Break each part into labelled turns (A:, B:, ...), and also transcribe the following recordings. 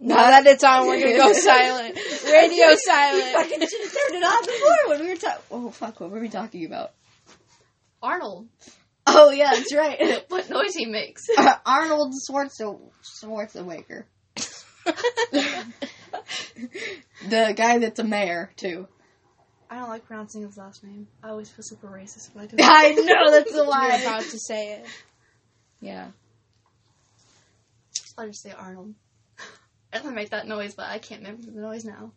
A: Now that it's on, we're gonna go silent. Radio silent.
B: Fucking should have turned it on before when we were talking. Oh fuck, what were we talking about?
C: Arnold.
B: Oh yeah, that's right.
C: What noise he makes.
B: Uh, Arnold Schwarzenegger, Schwarzenegger, the guy that's a mayor too.
D: I don't like pronouncing his last name. I always feel super racist when I do
B: I know that's a
A: You're
B: lie.
A: about to say it.
B: Yeah,
D: I'll just say Arnold. I can make that noise, but I can't remember the noise now.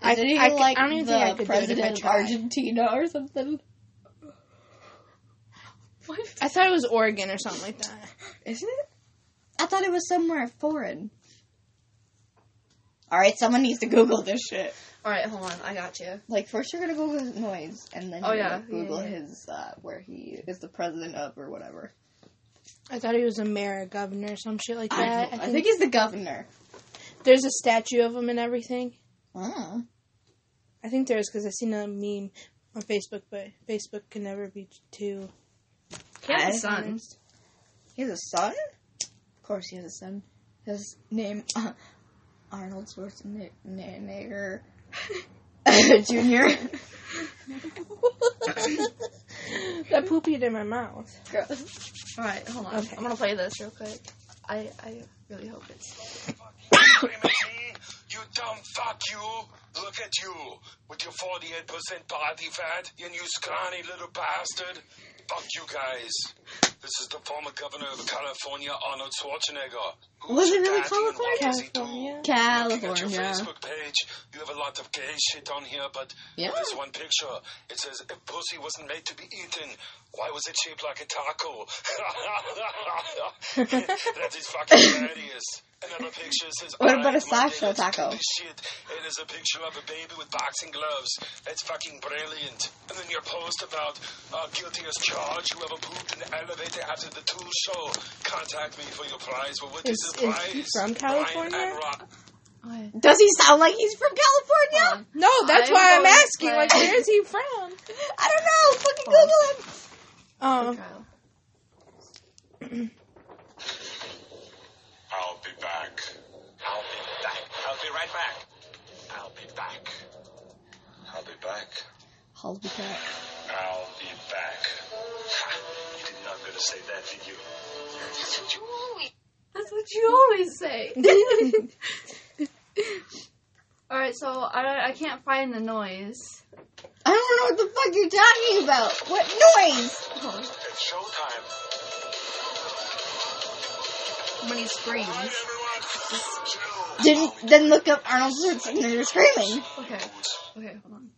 A: I-
B: is it even
A: I c-
B: like
A: I don't even
B: the
A: think I could do it if I
B: president of
A: tried.
B: Argentina or something?
D: What?
A: I thought it was Oregon or something like that.
B: Isn't it? I thought it was somewhere foreign. All right, someone needs to Google this shit.
D: Alright, hold on. I got you.
B: Like first, you're gonna Google his noise, and then
D: Oh,
B: you're
D: yeah.
B: gonna Google
D: Yeah, yeah.
B: his uh, where he is the president of or whatever.
A: I thought he was a mayor, or governor, or some shit like
B: I,
A: that.
B: don't know. I think he's the governor.
A: there's a statue of him and everything.
B: Mm.
A: I think there is because I seen a meme on Facebook, but Facebook can never be too.
C: He has a
B: I-
C: son.
B: He has a son? Of course he has a son. His name uh, Arnold Schwarzenegger Junior.
A: that poopied in my mouth.
D: Alright, hold on.
A: Okay.
D: I'm gonna play this real quick. I, I really hope it's.
E: Clementine, you dumb fuck you. Look at you with your 48% body fat and you scrawny little bastard. Fuck you guys. This is the former governor of California, Arnold Schwarzenegger. Who's
B: Was it really
E: daddy and what does he
A: California?
E: do? Looking at your
B: California.
E: Facebook page, you have a lot of gay shit on here, but
B: Yeah.
E: this one picture, it says, if pussy wasn't made to be eaten, why was it shaped like a taco? that is fucking hilarious. Another picture says,
B: What about a
E: "Alright, Monday,
B: sideshow
E: let's do
B: taco?"
E: this Shit. It is a picture of a baby with boxing gloves. It's fucking brilliant. And then your post about uh, guilty as charged, whoever pooped in the elevator after the tool show. Contact me for your prize. Well, what is,
A: Is-
E: the
A: is
E: prize?
A: he from
E: Brian
A: California?
E: Enrock.
D: What?
B: Does he sound like he's from California?
A: No, that's
D: I'm
A: why I'm
D: going
A: asking.
D: back.
A: Like, where is he from?
B: I don't know. Fucking Google him.
A: Um,
D: Kyle.
E: I'll be back. I'll be back. I'll be right back. I'll be back. I'll be back.
B: I'll be back.
E: I'll be back. Ha, you did not going to say that, did you?
D: That's what you always say. Alright, so I, I can't find the noise.
B: I don't know what the fuck you're talking about. What noise?
E: It's showtime.
D: When he screams.
E: Hi, everyone. Chill.
B: Then, then look up Arnold Schwarzenegger screaming.
D: Okay. Okay, hold on.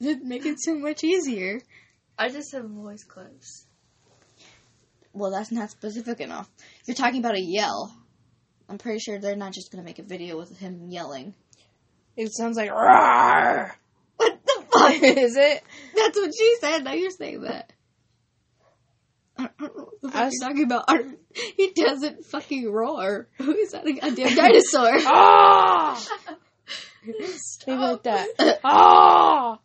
B: It'd make it so much easier.
D: I just have voice clips.
B: Well, that's not specific enough. You're talking about a yell. I'm pretty sure they're not just gonna make a video with him yelling.
A: it sounds like "Rawr."
B: What the fuck?
A: Is it?
B: that's what she said. Now you're saying that. I don't know what the fuck
A: Us?
B: you're talking about. Ar- He doesn't fucking roar. Who is that? A goddamn dinosaur.
A: Ah! Maybe like that. Ah!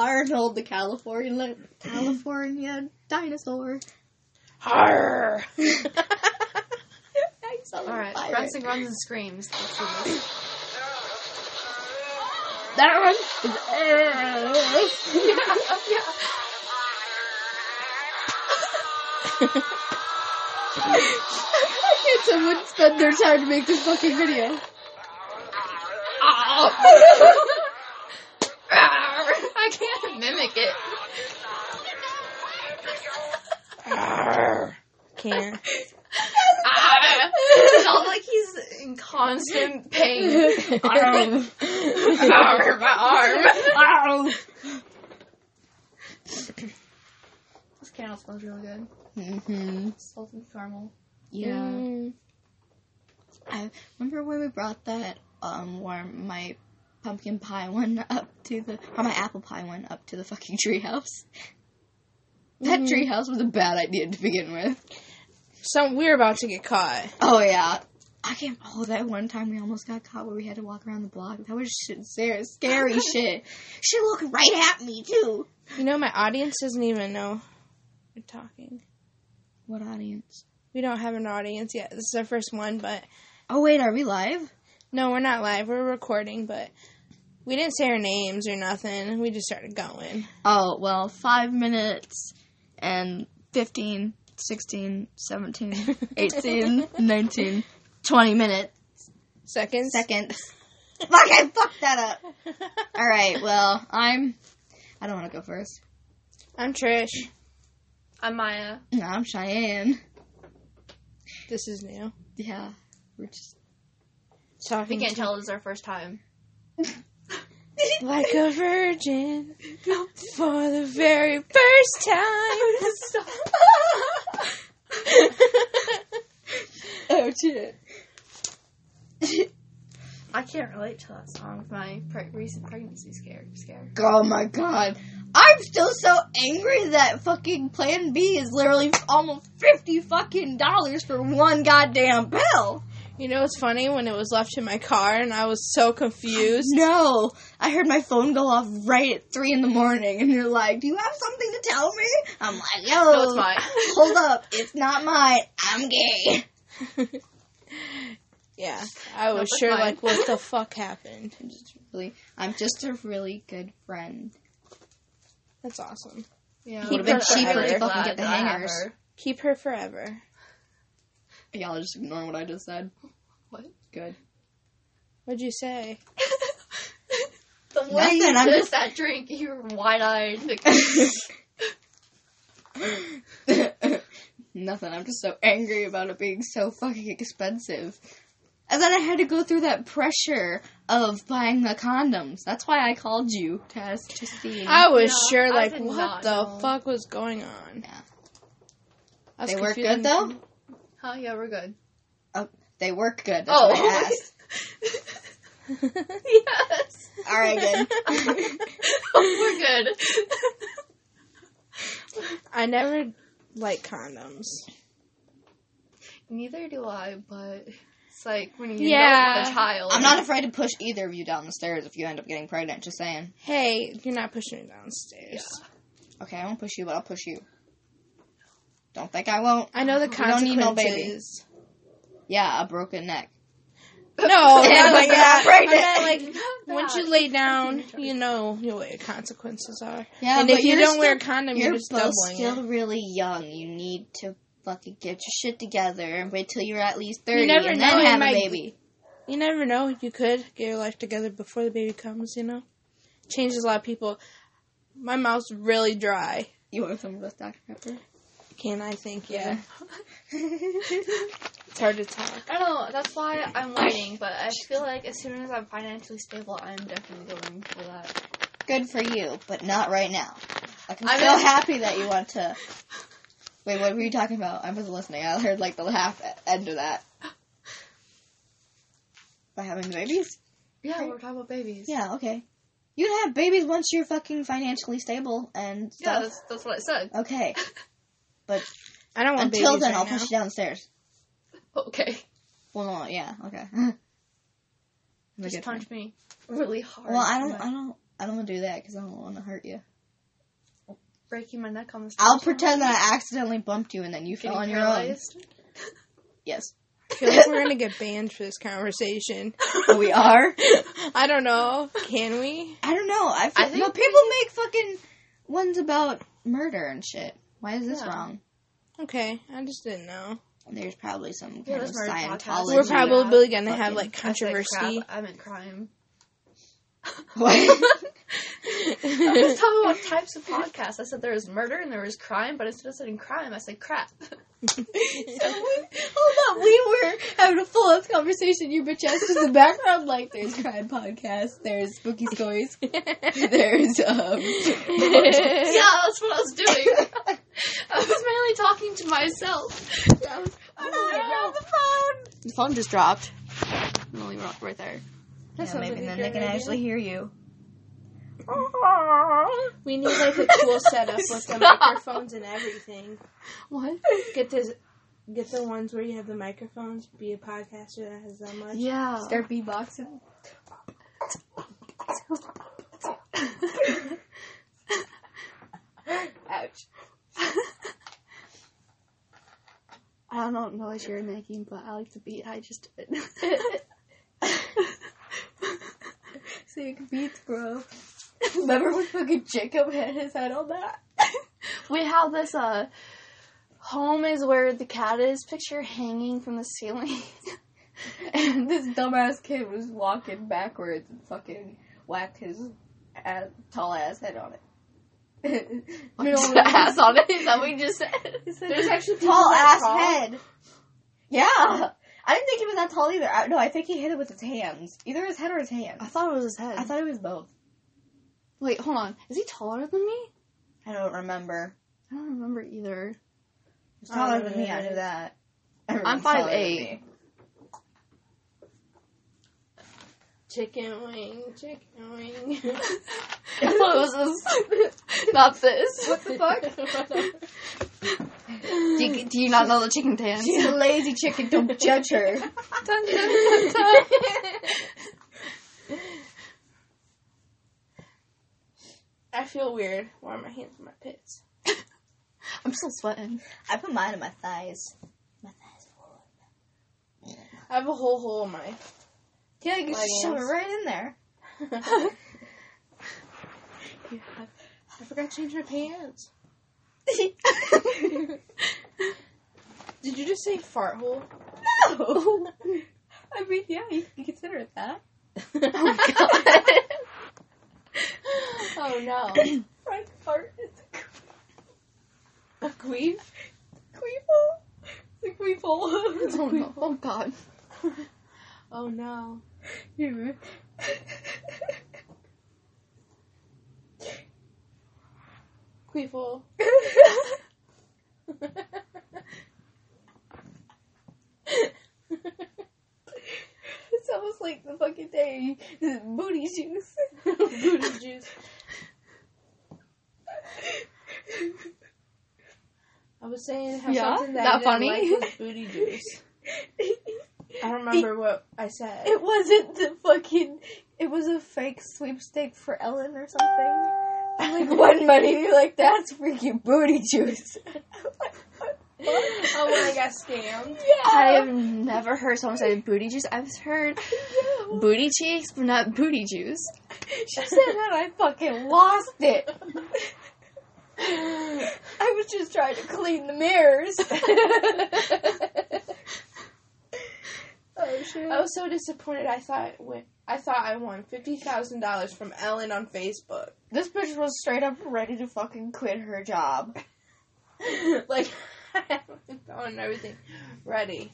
B: Arnold, the California California dinosaur.
A: Arr!
B: Alright,
D: Alright, Branson runs and screams. Let's do this.
B: That one is. Why can't someone spend their time to make this fucking video?
D: Ah.
C: I can't mimic it.
A: Can't.
C: Ah!
D: It's all like he's in constant pain.
C: Arr, my arm.
A: Ow!
D: this candle smells really good.
B: Mm-hmm.
D: Salt and caramel.
B: Yeah.
A: Mm.
B: I remember when we brought that um warm my pumpkin pie one up to the or my apple pie one up to the fucking treehouse. That
A: Mhm.
B: treehouse was a bad idea to begin with.
A: Some we're about to get caught.
B: Oh yeah. I can't. Oh, that one time we almost got caught where we had to walk around the block. That was shit, scary, scary shit. She looked right at me too.
A: You know, my audience doesn't even know We're talking.
B: What audience?
A: We don't have an audience yet. This is our first one, but
B: Oh wait, are we live?
A: no, we're not live. We're recording, but we didn't say our names or nothing. We just started going.
B: Oh, well, 5 minutes and 15, 16, 17, 18, 19, 20 minutes.
A: Seconds.
B: Seconds. Fuck, I fucked that up. Alright, well, I'm. I don't want to go first.
A: I'm Trish.
D: I'm Maya.
B: No, I'm Cheyenne.
A: This is new.
B: Yeah. We're just.
A: Talking
D: We can't tell this is our first time.
A: like a virgin for the very first time.
B: Oh, shit.
D: I can't relate to that song with my pre- recent pregnancy scare. scare.
B: Oh my god. I'm still so angry that fucking plan B is literally almost 50 fucking dollars for one goddamn pill.
A: you know what's funny? When it was left in my car, and I was so confused.
B: No. I heard my phone go off right at 3 in the morning and you're like, do you have something to tell me? I'm like, yo.
D: No, it's mine.
B: Hold up. It's not mine. I'm gay.
A: Yeah, I was
D: that's
A: sure.
D: mine.
A: Like, what the fuck happened?
B: I'm just really, I'm just a really good friend.
A: That's awesome.
D: Yeah,
B: Keep
D: I'm
B: it cheaper
D: really
B: to fucking
D: glad
B: get the
D: that I have
B: hangers.
D: her.
A: Keep her forever.
B: Y'all are just ignoring what I just said.
D: What?
B: Good.
A: What'd you say?
D: The way
B: Nothing,
D: you
B: I'm
D: finished
B: just-
D: that drink, you were wide eyed. Like,
B: Nothing. I'm just so angry about it being so fucking expensive. And then I had to go through that pressure of buying the condoms. That's why I called you, Tess, to see.
A: I was
D: No,
A: sure.
D: I
A: Like,
D: did
A: what
D: not
A: the
D: know.
A: fuck was going on?
B: Yeah.
A: I was
B: they work
A: confused.
B: good though.
D: oh, yeah, we're good.
B: Oh, They work good. That's
D: Oh,
B: what I asked.
D: yes. Oh,
B: All right, good.
D: we're good.
A: I never like condoms.
D: Neither do I, but it's like when you know
A: Yeah.
D: it's a child.
B: I'm not afraid to push either of you down the stairs if you end up getting pregnant. Just saying.
A: Hey, you're not pushing me downstairs.
B: Okay, I won't push you, but I'll push you. Don't think I won't.
A: I know the
B: We don't
A: consequences.
B: need no Yeah, a broken neck.
A: no, not
B: Oh my
A: like that.
B: God, right
A: I
B: now.
A: meant, like
D: Not
A: once
D: that.
A: you lay down, you know what your consequences are.
B: Yeah,
A: and if
B: but
A: you
B: you're
A: don't
B: still-
A: wear a condom, you're,
B: you're
A: just
B: both
A: doubling
B: still
A: it.
B: really young. You need to fucking get your shit together and wait till you're at least thirty,
A: You never
B: and
A: know,
B: then
A: it
B: have a
A: might-
B: baby.
A: You never know. You could get your life together before the baby comes. You know, changes a lot of people. My mouth's really dry.
B: You want some of this Dr Pepper?
A: Can I think?
B: Yeah.
A: Yeah, it's hard to talk.
D: I don't know. That's why I'm waiting, but I feel like as soon as I'm financially stable, I'm definitely going for that.
B: Good for you, but not right now. Like, I'm
D: I'm
B: so
D: in-
B: happy that you want to. Wait, what were you talking about? I wasn't listening. I heard like the half end of that. By having babies.
D: Yeah,
B: Right.
D: we're talking about babies.
B: Yeah, okay. You can have babies once you're fucking financially stable and
D: Yeah,
B: stuff.
D: that's, that's what I said.
B: okay.
A: I don't want
B: Until
A: babies
B: then,
A: right
B: I'll
A: now.
B: push you downstairs.
D: Okay.
B: Well, no, yeah, okay. I'm a
D: Just
B: good
D: punch
B: friend.
D: me really hard.
B: Well, I don't,
D: I'm
B: I don't, I don't want to do that because I don't want to hurt you.
D: breaking my neck on the
B: I'll
D: stairs.
B: pretend that I accidentally bumped you and then you
D: Getting
B: fell on your own.
D: paralyzed.
B: Yes,
A: I feel like we're gonna get banned for this conversation.
B: we are.
A: I don't know. Can we?
B: I don't know. I, feel,
D: I think
B: no, people make fucking ones about murder and shit. Why is this
D: Yeah.
B: wrong?
A: Okay, I just didn't know.
B: There's probably some
D: Yeah,
B: kind of
D: that's murder podcast.
B: Scientology.
A: We're probably gonna
B: fucking
A: have like
D: I said
A: controversy.
D: crap, I meant crime.
B: What?
D: I was talking about types of podcasts. I said there was murder and there was crime, but instead of saying crime, I said crap.
B: So we, hold up, we were having a full length conversation. Your bitch ass is in the background, like there's crime podcast, there's spooky stories, there's um.
D: yeah, that's what I was doing. I was mainly talking to myself. I was- I was like, "Wow."
B: The phone just dropped.
D: I'm only wrong right there.
A: That
B: yeah,
A: sounds
B: maybe
A: like a
B: then
A: good
B: they can
A: idea.
B: actually hear you.
A: We need like a cool setup with the microphones and everything.
D: What?
A: Get this, get the ones where you have the microphones. Be a podcaster that has that much.
D: Yeah.
B: Start beatboxing.
D: Ouch.
B: I don't know what you're making, but I like the beat. I just did. Sick beats, bro. Remember when fucking Jacob had his head on that?
D: We have this uh home is where the cat is picture hanging from the ceiling.
B: and this dumbass kid was walking backwards and fucking whacked his ass, tall ass head on it. Middle of
D: With
B: the-
D: the ass on it is that what we just said.
B: He said,
A: There's actually people
B: tall
A: that
B: ass
A: tall?
B: head. Yeah, I didn't think he was that tall either. I, no, I think he hit it with his hands, either his head or his hands.
D: I thought it was his head.
B: I thought it was both.
D: Wait, hold on. Is he taller than me?
B: I don't remember.
D: I don't remember either.
B: He's taller
A: don't
B: than me. I
A: remember.
B: knew that.
D: I'm
B: Everyone's taller than
D: 5'8".
B: me.
A: Chicken wing, chicken wing.
D: I thought it was this. not this.
B: What the fuck?
D: Do you, do you not know the chicken dance?
B: She's a lazy chicken. Don't judge her.
D: Dun, dun, dun, dun.
A: I feel weird. Why are my hands in my pits?
D: I'm still sweating.
B: I put mine in my thighs. My thighs.
A: I have a whole hole in my.
B: Yeah, you can
A: Leggings.
B: shove it right in there.
A: I forgot to change my pants. Did you just say fart hole?
B: no. I mean, yeah, you can consider it that.
A: Oh no.
B: Right part is
A: A queef?
B: a queeple. It's a queeple.
D: Oh, no. oh god.
A: Oh no.
B: You.
A: Queefle.
B: It's almost like the fucking day. The booty juice.
A: Booty juice. I was saying how
D: Yeah?
A: something that,
D: That
A: I didn't
D: funny?
A: like was booty juice. I don't remember what I said.
D: Oh,
B: It wasn't the fucking. It was a fake sweepstake for Ellen or something. I'm like, one money. Like, that's freaking booty juice.
A: oh, when I got scammed.
D: I
B: Um,
D: have never heard someone say booty juice. I've heard booty cheeks, but not booty juice.
B: She said that I fucking lost it. I was just trying to clean the mirrors. oh shit.
A: I was so disappointed. I thought it went, I thought I won fifty thousand dollars from Ellen on Facebook.
B: This bitch was straight up ready to fucking quit her job.
A: like I had my phone and everything ready.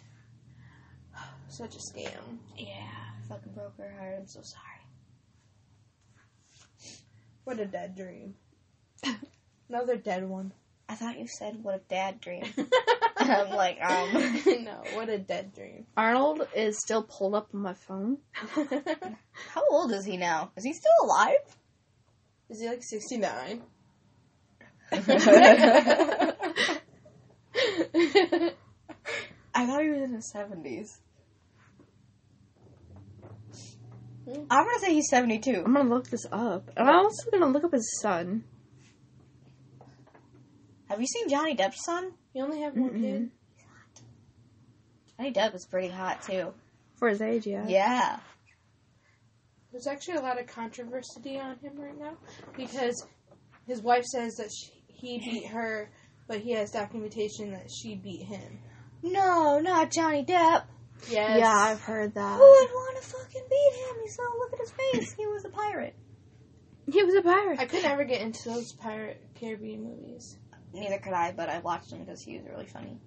A: Such a scam.
B: Yeah. Fucking broke her heart. I'm so sorry.
A: What a dead dream. Another dead one.
B: I thought you said what a dad dream. and
A: no,
B: I'm like, um.
A: what a dead dream.
D: Arnold is still pulled up on my phone.
B: How old is he now? Is he still alive?
A: Is he like 69?
B: I thought he was in his 70s. I'm gonna say he's 72.
D: I'm gonna look this up. And I'm also gonna look up his son.
B: Have you seen Johnny Depp's son?
A: You only have one kid?
B: Johnny Depp is pretty hot too.
D: For his age, yeah.
B: Yeah.
A: There's actually a lot of controversy on him right now because his wife says that she, he beat her, but he has documentation that she beat him.
B: No, not Johnny Depp.
A: Yes.
D: Yeah, I've heard that.
B: Who would want to fucking beat him? He's not. Look at his face. He was a pirate.
D: He was a pirate.
A: I could never get into those Pirate Caribbean movies.
B: Neither could I, but I watched him because he was really funny.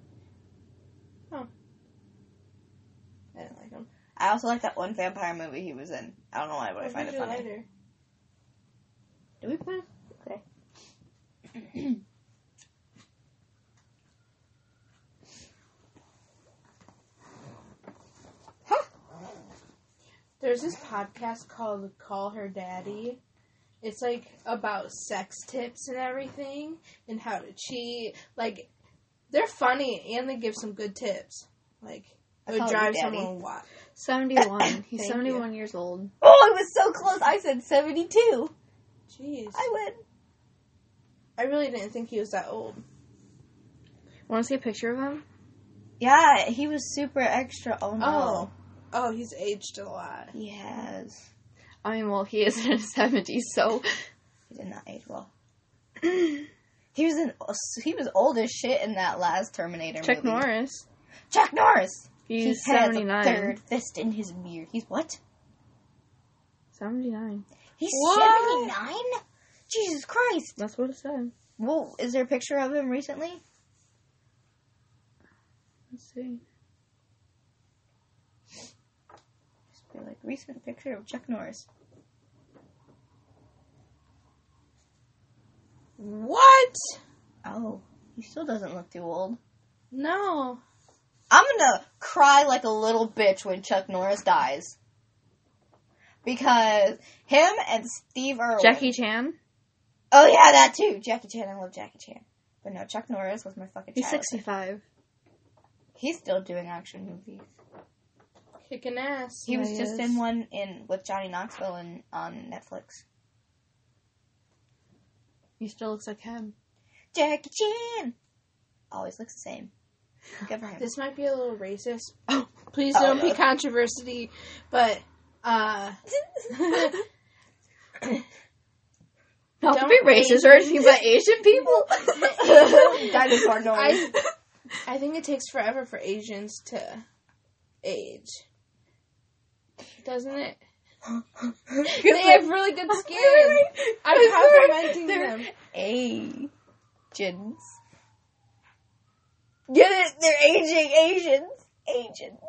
A: I didn't like them.
B: I also like that one vampire movie he was in. I don't know why, but I
A: I'll
B: find
A: read
B: it funny.
A: Later.
B: Do we plan? Okay.
A: There's this podcast called Call Her Daddy. It's like about sex tips and everything and how to cheat. Like they're funny and they give some good tips. Like
B: I
A: it would
B: call it
A: drive
B: your daddy.
A: someone wild.
D: 71. He's
B: Thank
D: 71 years old.
B: Oh, I was so close. I said 72.
A: Jeez.
B: I
A: I,
B: went.
A: really didn't think he was that old.
D: Want to see a picture of him?
B: Yeah, he was super extra. Oh
A: Oh.
B: no,
A: Oh, he's aged a lot.
B: he has.
D: I mean, well, he is in his seventies, so
B: He did not age well. he was an he was old as shit in that last Terminator
D: Chuck
B: movie.
D: Norris.
B: Chuck Norris.
D: He's
B: he has
D: seventy
B: a
D: nine.
B: third fist in his mirror. He's what?
D: Seventy nine.
B: He's
D: What?
B: seventy nine. Jesus Christ.
D: That's what it said.
B: Whoa, is there a picture of him recently?
D: Let's see.
B: They're like recent picture of Chuck Norris.
A: What?
B: Oh, he still doesn't look too old.
A: No.
B: I'm gonna cry like a little bitch when Chuck Norris dies. Because him and Steve Irwin.
D: Jackie Chan.
B: Oh yeah, that too. Jackie Chan. I love Jackie Chan. But no, Chuck Norris was my fucking.
D: He's
B: childhood.
D: sixty five.
B: He's still doing action movies.
A: Kicking ass.
B: He was
D: He
B: just
D: is.
B: in one in with Johnny Knoxville and on Netflix.
D: He still looks like him.
B: Jackie Chan always looks the same. Good for him.
A: This might be a little racist.
D: Oh.
A: Please
B: Oh,
A: don't
B: no.
A: be controversy, but uh
D: Not
A: Don't
D: to be racist or anything, but Asian people.
B: Dinosaur noise.
A: I I think it takes forever for Asians to age. Doesn't it? They have really good skin. I'm complimenting them.
B: Asians. Get it? They're aging Asians. Asians.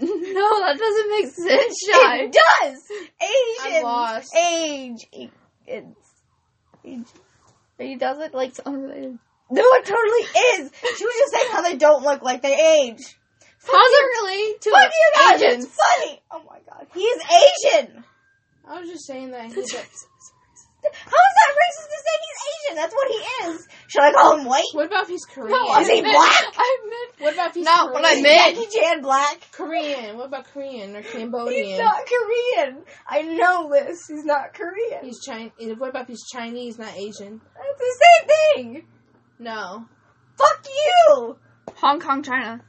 D: no, that doesn't make sense, Shy.
B: It does. Asians.
A: I'm lost.
B: Age. Asians. Asians. He does look like.
D: It's unrelated.
B: No, it totally is. She was just saying how they don't look like they age.
D: How's it related to
B: Fuck you guys.
D: Asians?
B: It's funny. Oh my god. He is Asian.
A: I was just saying that he's a,
B: How is that racist to say he's Asian? That's what he is. Should I call him white?
A: What about if he's Korean?
D: No, I
B: Is he
D: meant-
B: black?
D: I meant
A: What about if he's
D: Not
A: Korean?
D: what I meant. Man.
B: Jackie Chan black.
A: Korean. What about Korean or Cambodian?
B: He's not Korean. I know this. He's not Korean.
A: He's Chinese. What about if he's Chinese, not Asian?
B: That's the same thing.
A: No,
B: Fuck you.
D: Hong Kong, China.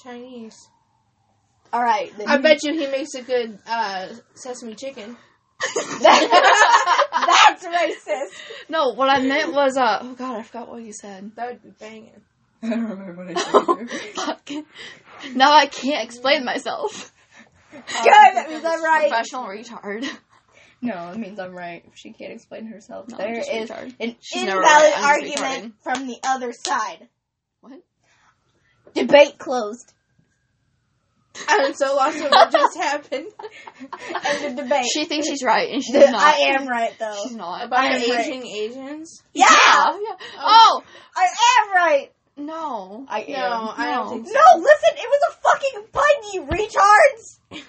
A: Chinese. Mm.
B: All right. Then
A: I bet you he makes a good uh, sesame chicken.
B: that's racist.
D: No, what I meant was uh oh god, I forgot what you said.
A: That would be banging.
B: I don't remember what
D: Fuck. Now I can't explain myself.
B: Good. That means I'm right.
D: Professional retard.
B: No, it means I'm right. She can't explain herself.
D: No, I'm
B: there
D: just
B: is
D: retard.
B: an
D: She's never
B: invalid
D: right. I'm just
B: argument from the other side.
D: What?
B: Debate closed.
A: I'm so lost at what just happened
B: End of debate.
D: She thinks she's right and she's
B: The-
D: not.
B: I am right though.
D: She's not.
A: about
B: I
A: the
B: am right.
A: aging Asians.
B: Yeah, Um,
D: yeah, yeah. Oh
B: I am right.
D: no.
B: I
A: No, I don't think so.
B: No, listen, it was a fucking pun, you retards!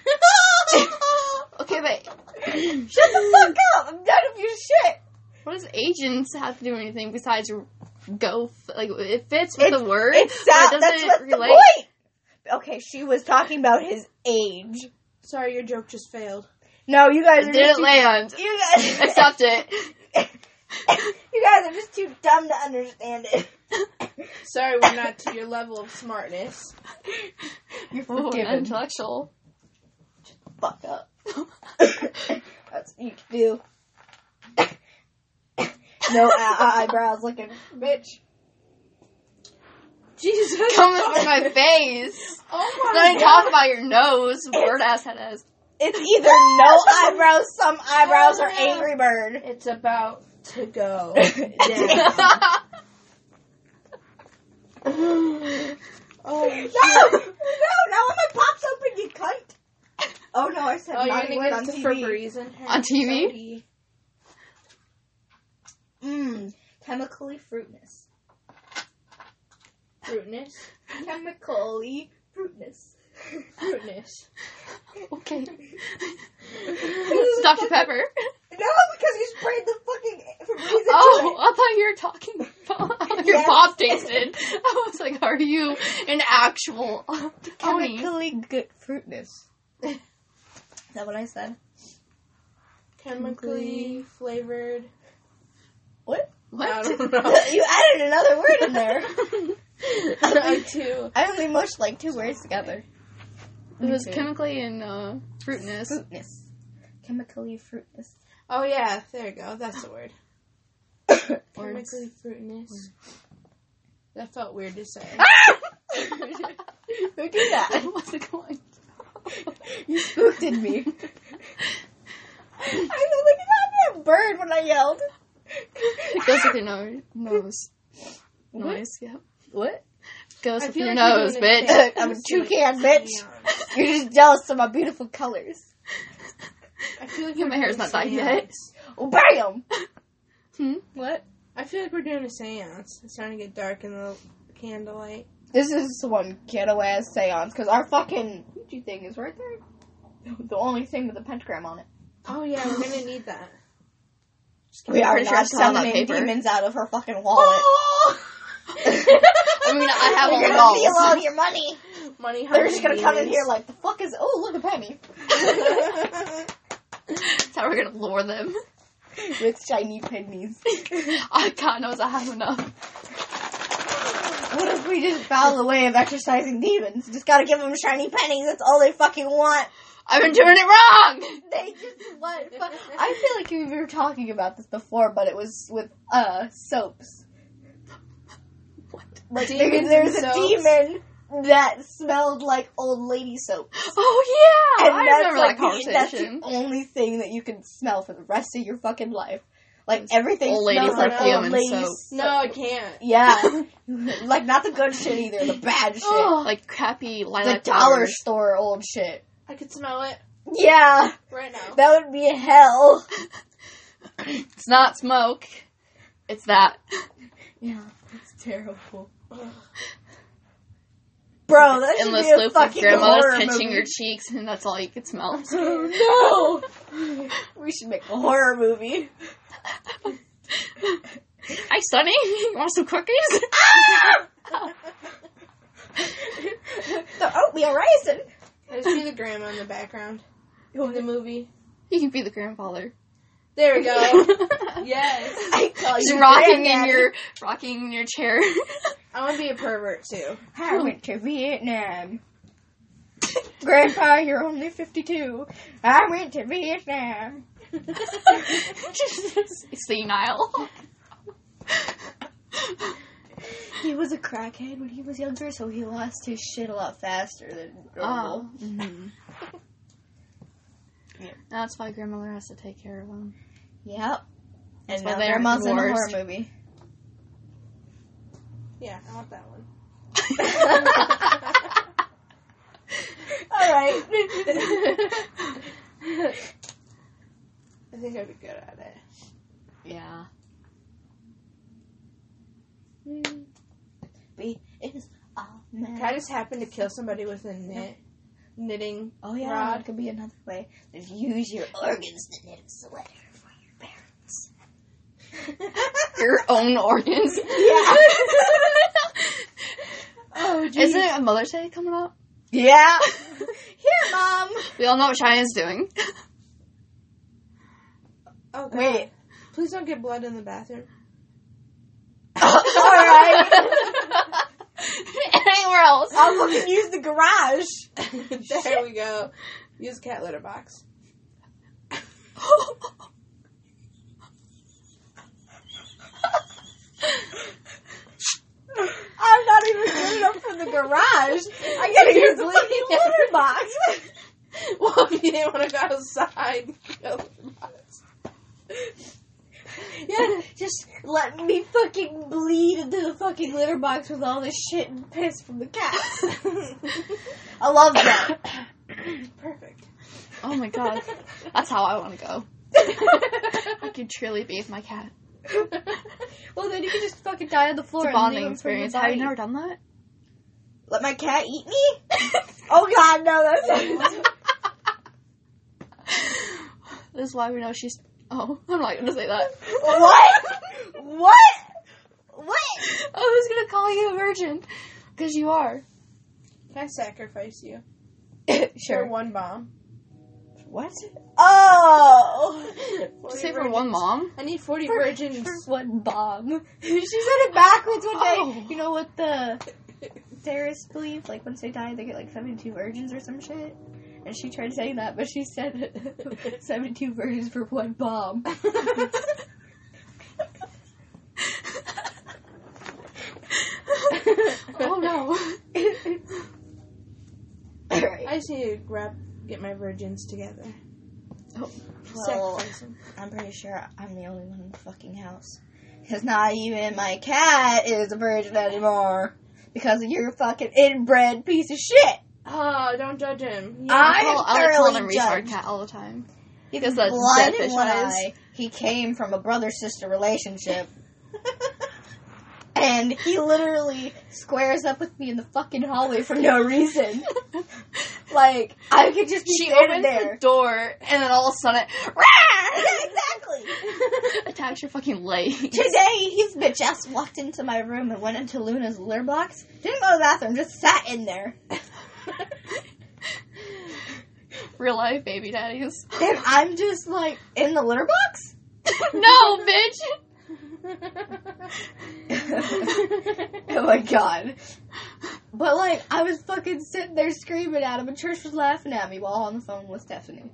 D: Okay, but
B: Shut the fuck up! I'm done with your shit!
D: what does agents have to do with anything besides go? f- Like it fits with
B: It's-
D: the word.
B: It
D: but
B: sounds. That's what's
D: relate.
B: the point! Okay, she was talking about his age.
A: Sorry, your joke just failed.
B: No, you guys are
D: It didn't
B: too-
D: land.
B: You guys,
D: Accept it.
B: you guys are just too dumb to understand it.
A: Sorry, we're not to your level of smartness.
B: You're
D: Ooh,
B: forgiven.
D: intellectual.
B: fuck up. That's what you can do. no eye- eyebrows looking bitch.
A: Jesus,
D: Coming through my face.
A: oh
D: Don't
A: my
D: even
A: God.
D: talk about your nose, weird ass head ass.
B: It's either no eyebrows, some eyebrows, or Angry Bird.
A: It's about to go.
B: Yeah.
A: Oh, shit.
B: No, no, now when my pop's open, you cunt. Oh no, I said
A: oh, you're
B: naughty
A: gonna
B: word
A: get
B: on
A: to for
B: TV.
A: reason
D: On TV?
B: Mmm, chemically fruitness.
A: Fruitness.
B: Chemically fruitness.
A: Fruitness.
D: okay. It's Dr. Pepper.
B: No, because you sprayed the fucking Febreze into
D: Oh,
B: it.
D: I thought you were talking about how your
B: Yes.
D: pop tasted. I was like, are you an actual Tony?
B: Chemically good fruitness. Is that what I said?
A: Chemically flavored.
B: What?
A: I
D: What?
A: don't know.
D: Oh.
B: you added another word in there.
A: I too.
B: I only mushed like two words together.
D: It was chemically and uh, fruitness.
B: Fruitness. Chemically fruitness.
A: Oh yeah, there you go. That's the word.
D: Words.
A: Chemically fruitness. That felt weird to say.
B: Ah, Who did that?
D: What's it going?
B: You spooked me. I looked like a goddamn bird when I yelled.
D: It goes with your nose. Nose.
B: What?
D: Noise. Yep.
B: What?
D: Goes
A: I
D: with
A: feel
D: your
A: like you're
D: nose,
A: doing
D: bitch.
A: a
B: I'm a toucan, bitch. You're just jealous of my beautiful colors.
A: I feel like
D: Yeah, my
A: we're
D: hair's
A: doing
D: not
A: a
D: dyed yet.
A: seance.
B: Oh, bam!
D: Hmm?
B: What?
A: I feel like we're doing a seance. It's starting to get dark in the candlelight.
B: This is one ghetto ass seance because our fucking Ouija thing is right there. The only thing with a pentagram on it.
A: Oh yeah, we're gonna need that.
B: We are
D: pretty sure
B: not
D: it's not on
B: summoning
D: paper.
B: demons out of her fucking wallet.
D: I mean, I have all
B: You're
D: the
B: gonna steal
D: balls.
B: all your money.
A: Money.
B: They're just
A: hungry
B: gonna come in
A: demons.
B: here like the fuck is? Oh, look a penny
D: That's how we're gonna lure them.
B: with shiny pennies.
D: Oh, God knows I have enough.
B: What if we just found the way of exercising demons? Just gotta give them shiny pennies. That's all they fucking want.
D: I've been doing it wrong.
B: They just want. fu- I feel like we were talking about this before, but it was with uh soaps. What? Like there,
A: Demons
B: there's a
A: and soaps?
B: demon that smelled like old lady soap,
D: Oh yeah,
B: and
D: I
B: that's
D: remember
B: like
D: that
B: the, that's the
D: conversation.
B: only thing that you can smell for the rest of your fucking life. Like
D: It's
B: everything
D: old lady
B: smells like
A: perfume
B: old
D: and
B: lady
D: soap.
A: No, I can't.
B: Yeah, like not the good shit either, the bad shit,
D: Oh, like crappy
B: the
D: lilac
B: dollar
D: flowers.
B: store old shit.
A: I could smell it
B: Yeah,
A: right now.
B: that would be hell.
D: It's not smoke. It's that.
B: Yeah, it's terrible. Bro, that should
D: Endless
B: be a
D: loop of
B: fucking horror
D: grandma's pinching
B: movie.
D: your cheeks, and that's all you can smell.
B: no! we should make a horror movie.
D: Hi, Sonny. You want some cookies?
B: Ah! the oatmeal raisin!
A: I just see the grandma in the background of the movie.
D: You can be the grandfather.
A: There we go.
D: Just
A: yes,
B: I call you
D: rocking in
B: granddaddy.
D: your rocking in your chair.
A: I want to be a pervert too.
B: I went to Vietnam. Grandpa, you're only 52. I went to Vietnam.
D: Senile.
B: He was a crackhead when he was younger, so he lost his shit a lot faster than normal.
D: Oh. mhm. That's why grandmother has to take care of them.
B: Yep. And
D: why
B: now
D: they're
B: grandma's in a horror
D: divorced.
B: movie.
A: Yeah, I want that one.
B: All right.
A: I think I'd be good at it.
D: yeah.
B: we is all
A: If I just happened to kill somebody with a knit knitting.
B: Oh yeah,
A: Rod.
B: it could be another way. Just use your organs to knit a sweater for your parents.
D: Your own organs.
B: Yeah.
D: oh, Isn't it a Mother's Day coming up?
B: yeah. Here, mom.
D: We all know what Cheyenne's doing.
A: Oh god!
B: Wait.
A: Please don't get blood in the bathroom.
B: all right.
D: Anywhere else.
B: I'll fucking use the garage.
A: there we go. Use cat litter box.
B: I'm not even good enough for the garage. I gotta use the fucking litter box.
A: Well, if you didn't want to go outside, cat litter box.
B: Yeah, just let me fucking bleed into the fucking litter box with all this shit and piss from the cats. I love that.
A: Perfect.
D: Oh my god. That's how I want to go. I could truly bathe my cat.
B: well, then you can just fucking die on the floor.
D: It's a
B: and leave
D: bonding
B: them from your
D: experience. Have
B: body.
D: you never done that?
B: Let my cat eat me? oh god, no, that's
D: This is why we know she's. Oh, I'm not gonna say that.
B: what? What? What?
D: I was gonna call you a virgin. Because you are.
A: Can I sacrifice you? For
B: sure.
A: one bomb.
B: What? Oh.
D: Say for one mom.
A: I need 40
B: For-
A: virgins.
B: for one bomb. she said it backwards one day.
D: Oh.
B: You know what the Sarah's belief, like once they die, they get like seventy-two virgins or some shit. And she tried saying that, but she said seventy-two virgins for one bomb.
A: oh no.
B: All right.
A: I just need to grab, get my virgins together. Oh.
B: Well,
A: Sacrifice 'em.
B: I'm pretty sure I'm the only one in the fucking house. Because not even my cat is a virgin anymore. Because of your fucking inbred piece of shit.
A: Oh, don't judge him. He-
B: I
D: I'll,
B: am
D: I'll call him
B: thoroughly
D: retard
B: judged.
D: cat all the time.
B: He
D: Because
B: was
D: that's
B: blind in
D: deadfish
B: one
D: eyes.
B: eye. He came from a brother sister relationship. and he literally squares up with me in the fucking hallway for no reason. like, I could just be
D: She
B: standing
D: opens
B: there.
D: the door, and then all of a sudden,
B: yeah, exactly.
D: attacks your fucking leg.
B: Today, his bitch ass walked into my room and went into Luna's litter box. Didn't go to the bathroom, just sat in there.
D: Real life baby daddies.
B: And I'm just like, in the litter box?
D: no, bitch!
B: oh my god. But like, I was fucking sitting there screaming at him, and Church was laughing at me while on the phone with Stephanie.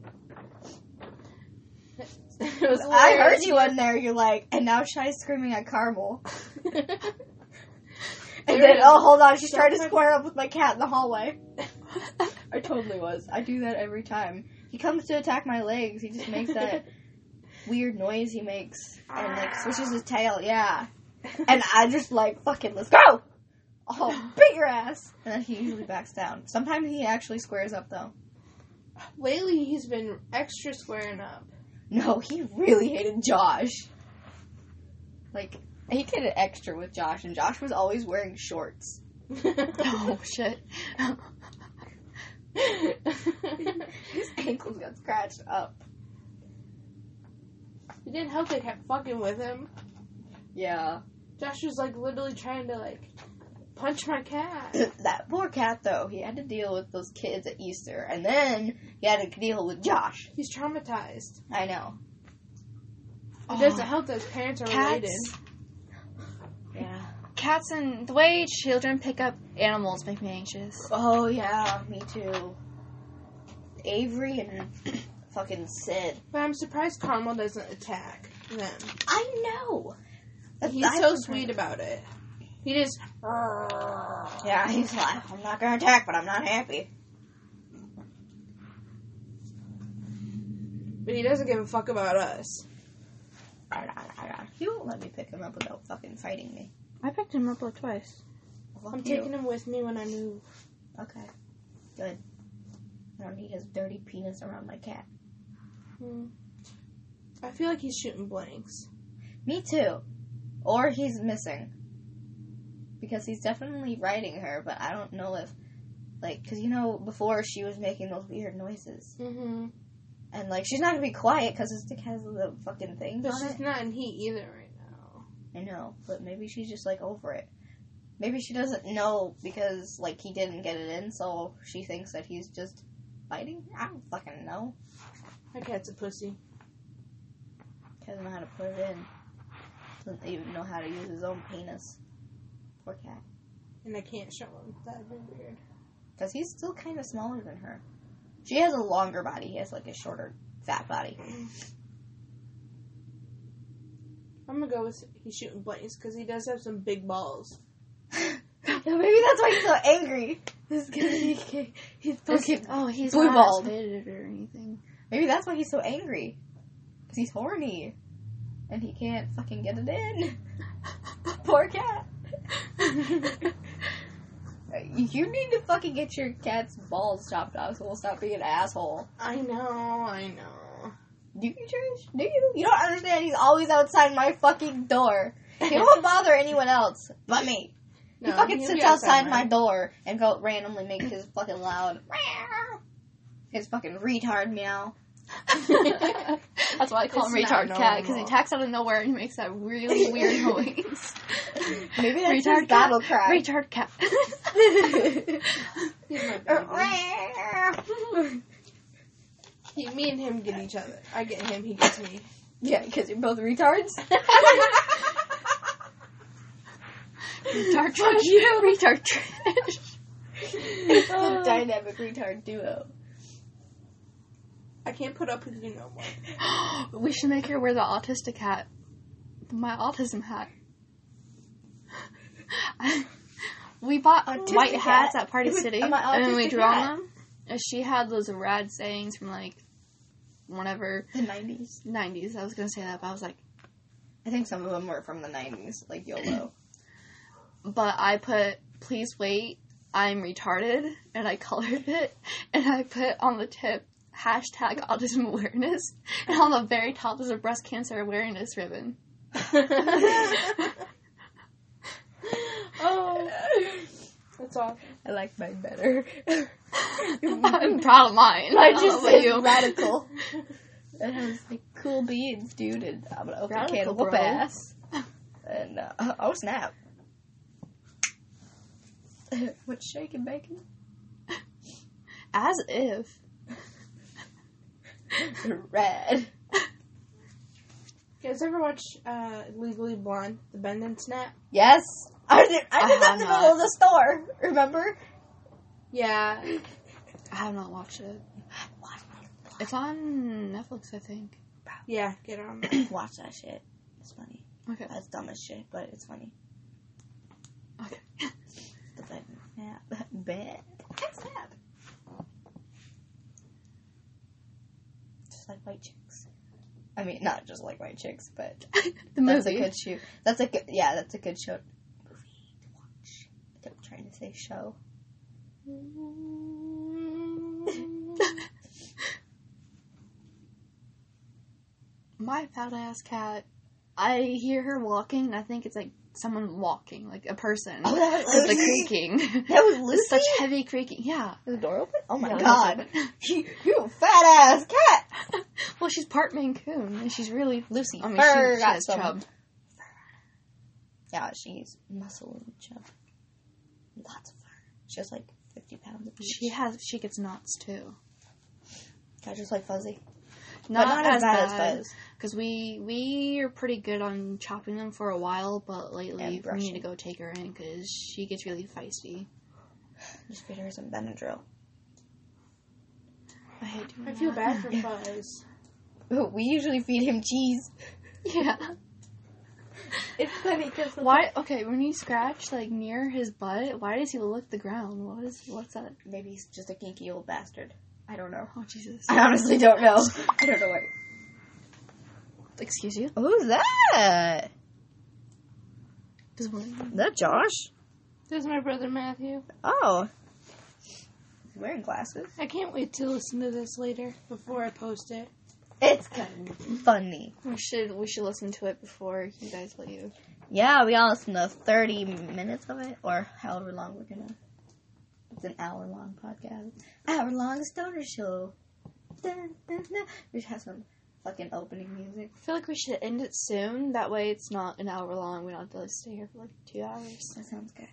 A: it was
B: I heard
A: hilarious.
B: you in there. You're like, and now Shy's screaming at Carmel. and then, oh, hold on, she's trying to square up with my cat in the hallway. I totally was. I do that every time. He comes to attack my legs. He just makes that weird noise he makes, and like switches his tail. Yeah, and I just like fucking let's go. Oh, beat your ass! And then he usually backs down. Sometimes he actually squares up though.
A: Lately, he's been extra squaring up.
B: No, he really hated Josh. Like, he did an extra with Josh, and Josh was always wearing shorts.
D: Oh, shit.
B: His ankles got scratched up.
A: It didn't help they kept fucking with him.
B: Yeah.
A: Josh was like literally trying to like punch my cat.
B: that poor cat, though, he had to deal with those kids at Easter, and then he had to deal with Josh.
A: He's traumatized.
B: I know.
A: It doesn't help that his parents are related.
D: Cats.
B: Yeah.
D: Cats and the way children pick up animals make me anxious.
B: Oh, yeah, me too. Avery and fucking Sid.
A: But I'm surprised Carmel doesn't attack them.
B: I know!
A: He's so sweet about it. He just
B: Yeah, he's like, I'm not gonna attack, but I'm not happy.
A: but he doesn't give a fuck about us.
B: He won't let me pick him up without fucking fighting me.
D: I picked him up like twice.
A: I'm taking him with me when I move.
B: Okay. Good. I don't need his dirty penis around my cat.
A: Hmm. I feel like he's shooting blanks.
B: Me too. Or he's missing. Because he's definitely riding her, but I don't know if. Like, because you know, before she was making those weird noises.
A: Mm-hmm.
B: And, like, she's not gonna be quiet because his dick has the fucking thing
A: But
B: on it.
A: she's not in heat either right now.
B: I know, but maybe she's just like over it. Maybe she doesn't know because like he didn't get it in, so she thinks that he's just biting. I don't fucking know.
A: My cat's a pussy.
B: Doesn't know how to put it in. Doesn't even know how to use his own penis. Poor cat.
A: And I can't show him. That'd be weird.
B: Because he's still kind of smaller than her. She has a longer body. He has like a shorter, fat body.
A: I'm gonna go with he's shooting blanks because he does have some big balls.
B: yeah, maybe that's why he's so angry. This guy, he, he's fucking
D: oh, he's
B: blue
D: not
B: balled.
D: intimidated or anything.
B: Maybe that's why he's so angry. Because he's horny. And he can't fucking get it in. Poor cat. you need to fucking get your cat's balls chopped off so we'll stop being an asshole.
A: I know, I know.
B: Do you, Trish? Do you? You don't understand. He's always outside my fucking door. He won't bother anyone else but me. He fucking
A: he'll
B: sits
A: get
B: outside my
A: mine.
B: door and go randomly make his fucking loud meow. His fucking retard meow.
D: That's why I call him
A: It's
D: retard
A: not
D: cat because he
A: normal.
D: attacks out of nowhere and he makes that really weird noise.
B: Maybe that's
D: Retard
B: his
D: cat.
B: battle cry.
D: retard cat.
A: He's my
B: yeah,
A: baby. He, me and him get each other. I get him, he gets me.
B: because you're both retards.
D: Retard trash. you. Retard trash.
B: the dynamic retard duo.
A: I can't put up with you no more.
D: we should make her wear the autistic hat. My autism hat. we bought
B: Autistic
D: white
B: hat.
D: hats at Party
B: It was
D: City,
B: my
D: and then we
B: autistic
D: drew on
B: hat.
D: them. And she had those rad sayings from like, whenever
B: The 90s.
D: '90s. I was gonna say that, but I was like,
B: I think some of them were from the 90s, like YOLO.
D: but I put please wait, I'm retarded, and I colored it, and I put on the tip hashtag autism awareness, and on the very top is a breast cancer awareness ribbon.
A: Oh, that's awful.
B: I like mine better.
D: I'm proud of mine.
B: I
D: don't
B: just
D: know about
B: said radical. It has like cool beads, dude, and I'm gonna open a can
D: Radical,
B: of whoop
D: bro.
B: ass. And uh, oh snap! What's shaking bacon?
D: As if.
B: Red.
A: You guys ever watch uh, Legally Blonde, The Bend and Snap?
B: Yes, Uh-huh. I did. I
D: I
B: did that
D: have
B: in the
D: not.
B: middle of the store. Remember?
A: Yeah.
D: I have not watched it. It's on Netflix, I think.
A: Yeah, get on. that.
B: Watch that shit. It's funny.
D: Okay.
B: That's dumb as shit, but it's funny.
D: Okay.
B: The bed. Yeah, that bed. Snap. Just like white chicks. I mean, not just like white chicks, but
D: The
B: That's
D: movie.
B: a good shoe. That's a good. Yeah, that's a good show. Movie to watch. I'm trying to say show. Oh,
D: My fat ass cat. I hear her walking, and I think it's like someone walking, like a person.
B: Oh, that was
D: With the
B: Lucy.
D: creaking.
B: That was Lucy.
D: With such heavy creaking. Yeah.
B: Is the door open? Oh my
D: Yeah,
B: god!
D: that's it.
B: You, you a fat ass cat.
D: Well, she's part Maine Coon, and she's really Lucy. I mean,
B: Fur
D: she, she
B: got
D: has
B: some.
D: chub.
B: Yeah, she's muscle and chub. Lots of fur. She has like fifty pounds of each.
D: She has. She gets knots too.
B: Got just like fuzzy.
D: Not,
B: but not
D: as,
B: as bad, as
D: bad.
B: fuzz.
D: Because we we are pretty good on chopping them for a while, but
B: And
D: lately we need to
B: brushing.
D: go take her in because she gets really feisty.
B: Just feed her some Benadryl.
D: I hate doing
A: I feel
D: that.
A: bad for Fuzz.
B: We usually feed him cheese.
D: Yeah.
B: It's funny because
D: Why? Okay, when you scratch like near his butt, why does he lick the ground? What is? What's that?
B: maybe he's just a kinky old bastard. I don't know.
D: Oh Jesus!
B: I honestly don't know. I don't know what.
D: Excuse you.
B: Who's that?
D: Does one-
B: Is that Josh?
A: This is my brother Matthew.
B: Oh. He's wearing glasses.
A: I can't wait to listen to this later before I post it.
B: It's kind of funny.
D: We should we should listen to it before you guys leave.
B: Yeah, we all listened to 30 minutes of it, or however long we're gonna. It's an hour long podcast. Hour long stoner show. Dun, dun, dun. We should have some fucking opening music.
D: I feel like we should end it soon. That way, it's not an hour long. We don't have to stay here for like two hours.
B: That sounds good.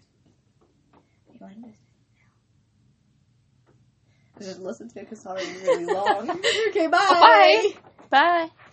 B: You want to listen now? Just listen to it because it's already really long. okay,
D: Bye. Bye.